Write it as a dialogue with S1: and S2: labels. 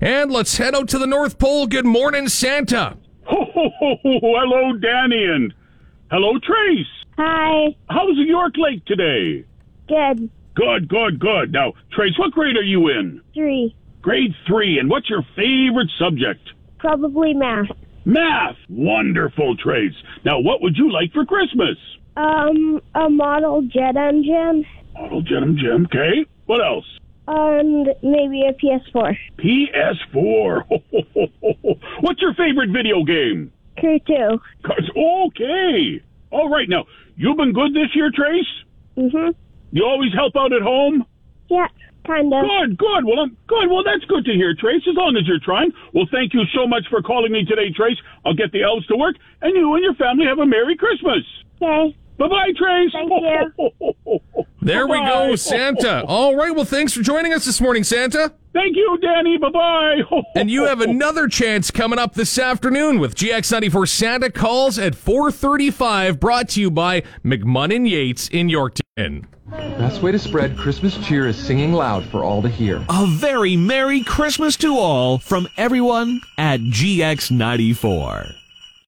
S1: And let's head out to the North Pole. Good morning, Santa.
S2: Hello, Danny, and hello, Trace.
S3: Hi.
S2: How's York Lake today?
S3: Good.
S2: Good, good, good. Now, Trace, what grade are you in?
S3: Three.
S2: Grade three, and what's your favorite subject?
S3: Probably math.
S2: Math. Wonderful, Trace. Now, what would you like for Christmas?
S3: Um, a model jet engine
S2: Model Jim Jim, okay. What else?
S3: and maybe a PS4.
S2: PS4. What's your favorite video game?
S3: Crew 2.
S2: Cars- Okay. All right, now, you've been good this year, Trace?
S3: Mm-hmm.
S2: You always help out at home?
S3: Yeah, kind of.
S2: Good, good. Well, I'm good. Well, that's good to hear, Trace, as long as you're trying. Well, thank you so much for calling me today, Trace. I'll get the elves to work, and you and your family have a Merry Christmas.
S3: Okay.
S2: Bye-bye, Trace.
S3: Thank you.
S1: There we go,
S2: Bye-bye.
S1: Santa. All right, well, thanks for joining us this morning, Santa.
S2: Thank you, Danny. Bye-bye.
S1: And you have another chance coming up this afternoon with GX94 Santa Calls at 435, brought to you by McMunn & Yates in Yorkton.
S4: Best way to spread Christmas cheer is singing loud for all to hear.
S5: A very Merry Christmas to all from everyone at GX94.